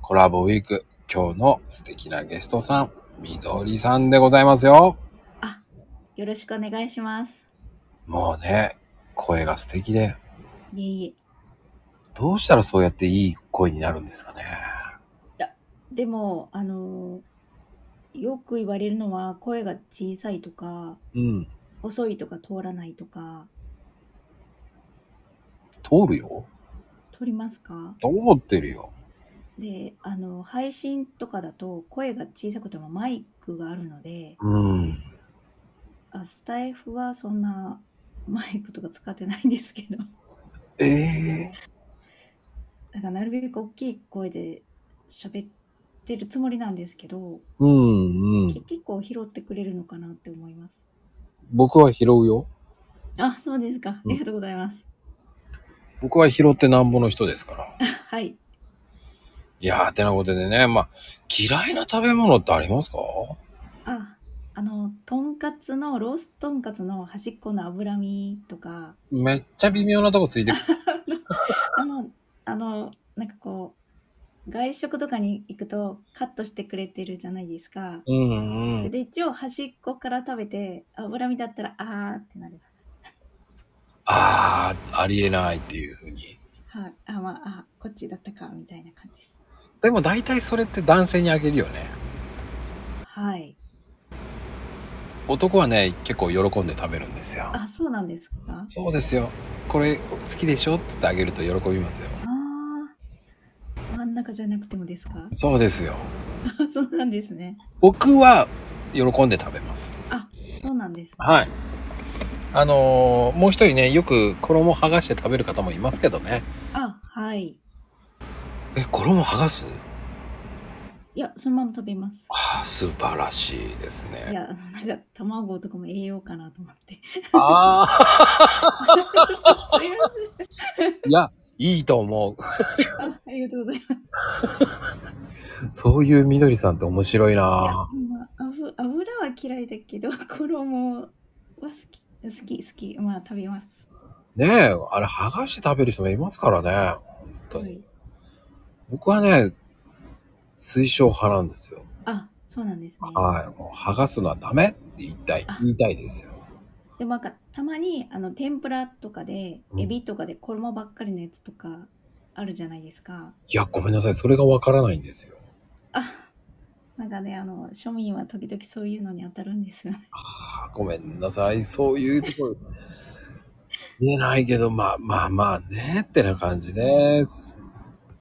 コラボウィーク、今日の素敵なゲストさん、みどりさんでございますよ。あ、よろしくお願いします。もうね、声が素敵で、いえいえ。どうしたらそうやっていい声になるんですかね。でも、あのーよく言われるのは、声が小さいとか、うん、細いとか通らないとか、通るよ。通りますか通ってるよ。で、あの、配信とかだと、声が小さくてもマイクがあるので、うん。あスタイフはそんなマイクとか使ってないんですけど、 ええだからなるべく大きい声で喋ってるつもりなんですけど、うんうけん。結構拾ってくれるのかなって思います。僕は拾うよ。あ、そうですか。ありがとうございます。僕は拾ってなんぼの人ですから。はい。いやー、てなことでね、まあ、嫌いな食べ物ってありますかあ、あの、とんかつの、ロースとんかつの端っこの脂身とか、めっちゃ微妙なとこついてくる。あの、あの、なんかこう、外食とかに行くとカットしてくれてるじゃないですか。うんうそれん。で一応端っこから食べて、あ脂身だったら、あーってなります。あー、ありえないっていうふうに。はい。あ、まあ、あ、こっちだったか、みたいな感じです。でも大体それって男性にあげるよね。はい。男はね、結構喜んで食べるんですよ。あ、そうなんですかそうですよ。これ好きでしょって言ってあげると喜びますよ。あー。真ん中じゃなくてもですか そうですよ。あそうなんですね。僕は喜んで食べます。そうなんです、ね。はい。あのーもう一人ね、よく衣剥がして食べる方もいますけどね。あ、はい。え、衣剥がすいや、そのまま食べます。ああ、素晴らしいですい ね。や、あのなんか卵とかも栄養かなと思 って。ああ、すいませんいや、いいと思う。あ。ありがとうございます。そういうみどりさんって面白いいやなまあ、油油は嫌いだけど、衣は好き、好き、好き。まあ、食べます。ねえ、あれ剥がして食べる人もいますからね。本当はに。い僕はね、推奨派なんですよ。あ、そうなんですね。はい。もう剥がすのはダメって言いたいあ、言いたいですよ。でもなんか、たまに、あの、天ぷらとかで、うんエビとかで衣ばっかりのやつとか、あるじゃないですか。いや、ごめんなさい。それがわからないんですよ。あ、なんかね、あの、庶民は時々そういうのに当たるんですよね。あごめんなさい。そういうところ、見えないけど、まあまあまあね、ってな感じです。